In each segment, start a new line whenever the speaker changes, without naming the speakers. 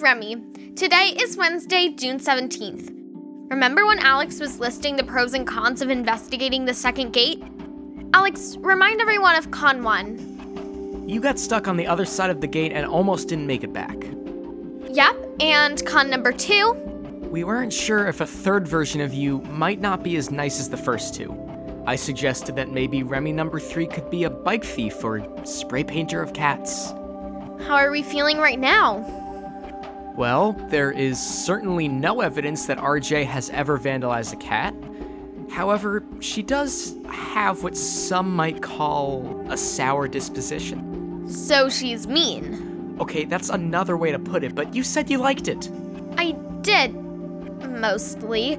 Remy. Today is Wednesday, June 17th. Remember when Alex was listing the pros and cons of investigating the second gate? Alex, remind everyone of Con 1.
You got stuck on the other side of the gate and almost didn't make it back.
Yep, and con number 2.
We weren't sure if a third version of you might not be as nice as the first two. I suggested that maybe Remy number three could be a bike thief or spray painter of cats.
How are we feeling right now?
Well, there is certainly no evidence that RJ has ever vandalized a cat. However, she does have what some might call a sour disposition.
So she's mean.
Okay, that's another way to put it, but you said you liked it.
I did. Mostly.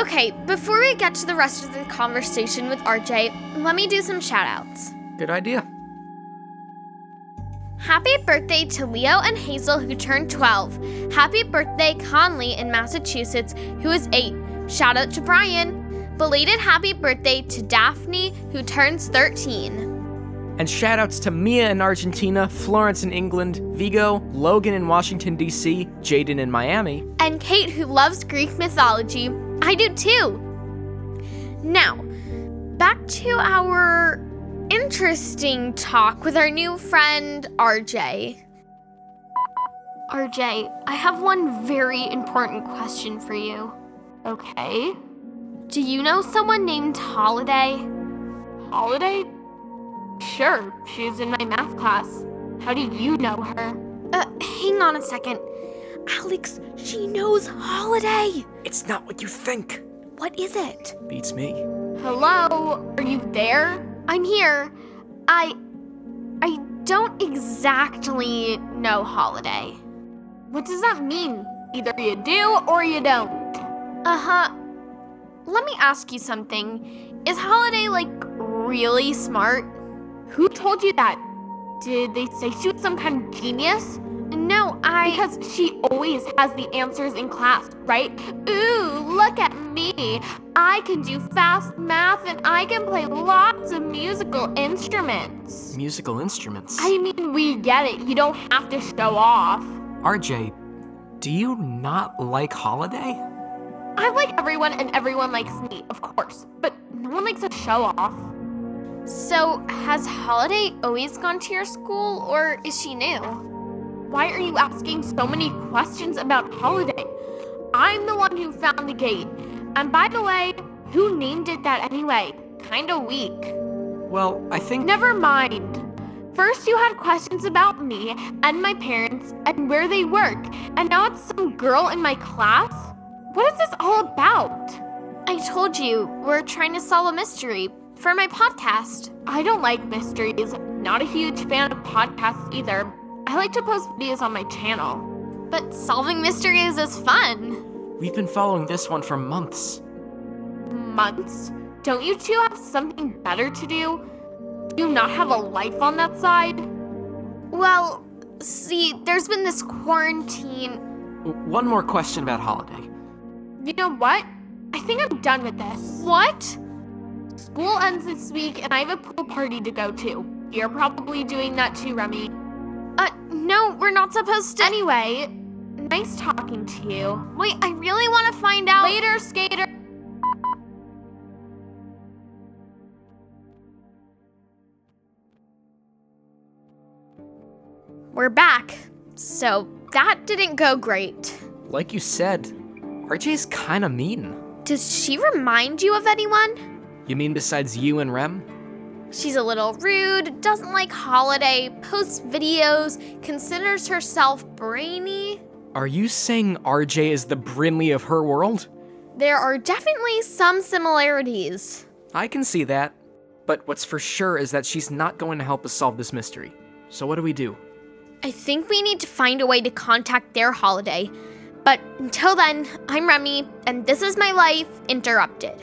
Okay, before we get to the rest of the conversation with RJ, let me do some shout outs.
Good idea.
Happy birthday to Leo and Hazel, who turned 12. Happy birthday, Conley in Massachusetts, who is 8. Shout out to Brian. Belated happy birthday to Daphne, who turns 13.
And shoutouts to Mia in Argentina, Florence in England, Vigo, Logan in Washington, D.C., Jaden in Miami.
And Kate, who loves Greek mythology. I do too. Now, back to our interesting talk with our new friend, RJ.
RJ, I have one very important question for you.
Okay.
Do you know someone named Holiday?
Holiday? Sure, she's in my math class. How do you know her?
Uh, hang on a second. Alex, she knows Holiday.
It's not what you think.
What is it?
Beats me.
Hello? Are you there?
I'm here. I. I don't exactly know Holiday.
What does that mean? Either you do or you don't.
Uh huh. Let me ask you something. Is Holiday, like, really smart?
Who told you that? Did they say she was some kind of genius?
No, I.
Because she always has the answers in class, right? Ooh, look at me. I can do fast math and I can play lots of musical instruments.
Musical instruments.
I mean, we get it. You don't have to show off.
RJ, do you not like Holiday?
I like everyone and everyone likes me, of course, but no one likes a show off.
so, has Holiday always gone to your school, or is she new?
Why are you asking so many questions about Holiday? I'm the one who found the gate. And by the way, who named it that anyway? Kinda weak.
Well, I think.
Never mind. First, you had questions about me and my parents and where they work, and now it's some girl in my class? What is this all about?
I told you, we're trying to solve a mystery for my podcast.
I don't like mysteries. Not a huge fan of podcasts either. I like to post videos on my channel.
But solving mysteries is fun.
We've been following this one for months.
Months? Don't you two have something better to do? Do you not have a life on that side?
Well, see, there's been this quarantine.
W- One more question about Holiday.
You know what? I think I'm done with this.
What?
School ends this week and I have a pool party to go to. You're probably doing that too, Remy.
Uh, no, we're not supposed to.
Anyway, nice talking to you.
Wait, I really want to find out.
Later, skater.
We're back. So that didn't go great.
Like you said, RJ's kinda mean.
Does she remind you of anyone?
You mean besides you and Rem?
She's a little rude, doesn't like holiday, posts videos, considers herself brainy.
Are you saying RJ is the Brinley of her world?
There are definitely some similarities.
I can see that. But what's for sure is that she's not going to help us solve this mystery. So what do we do?
I think we need to find a way to contact their holiday. But until then, I'm Remy, and this is my life interrupted.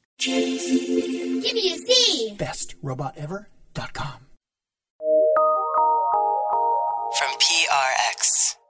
Give me a C.
from PRX.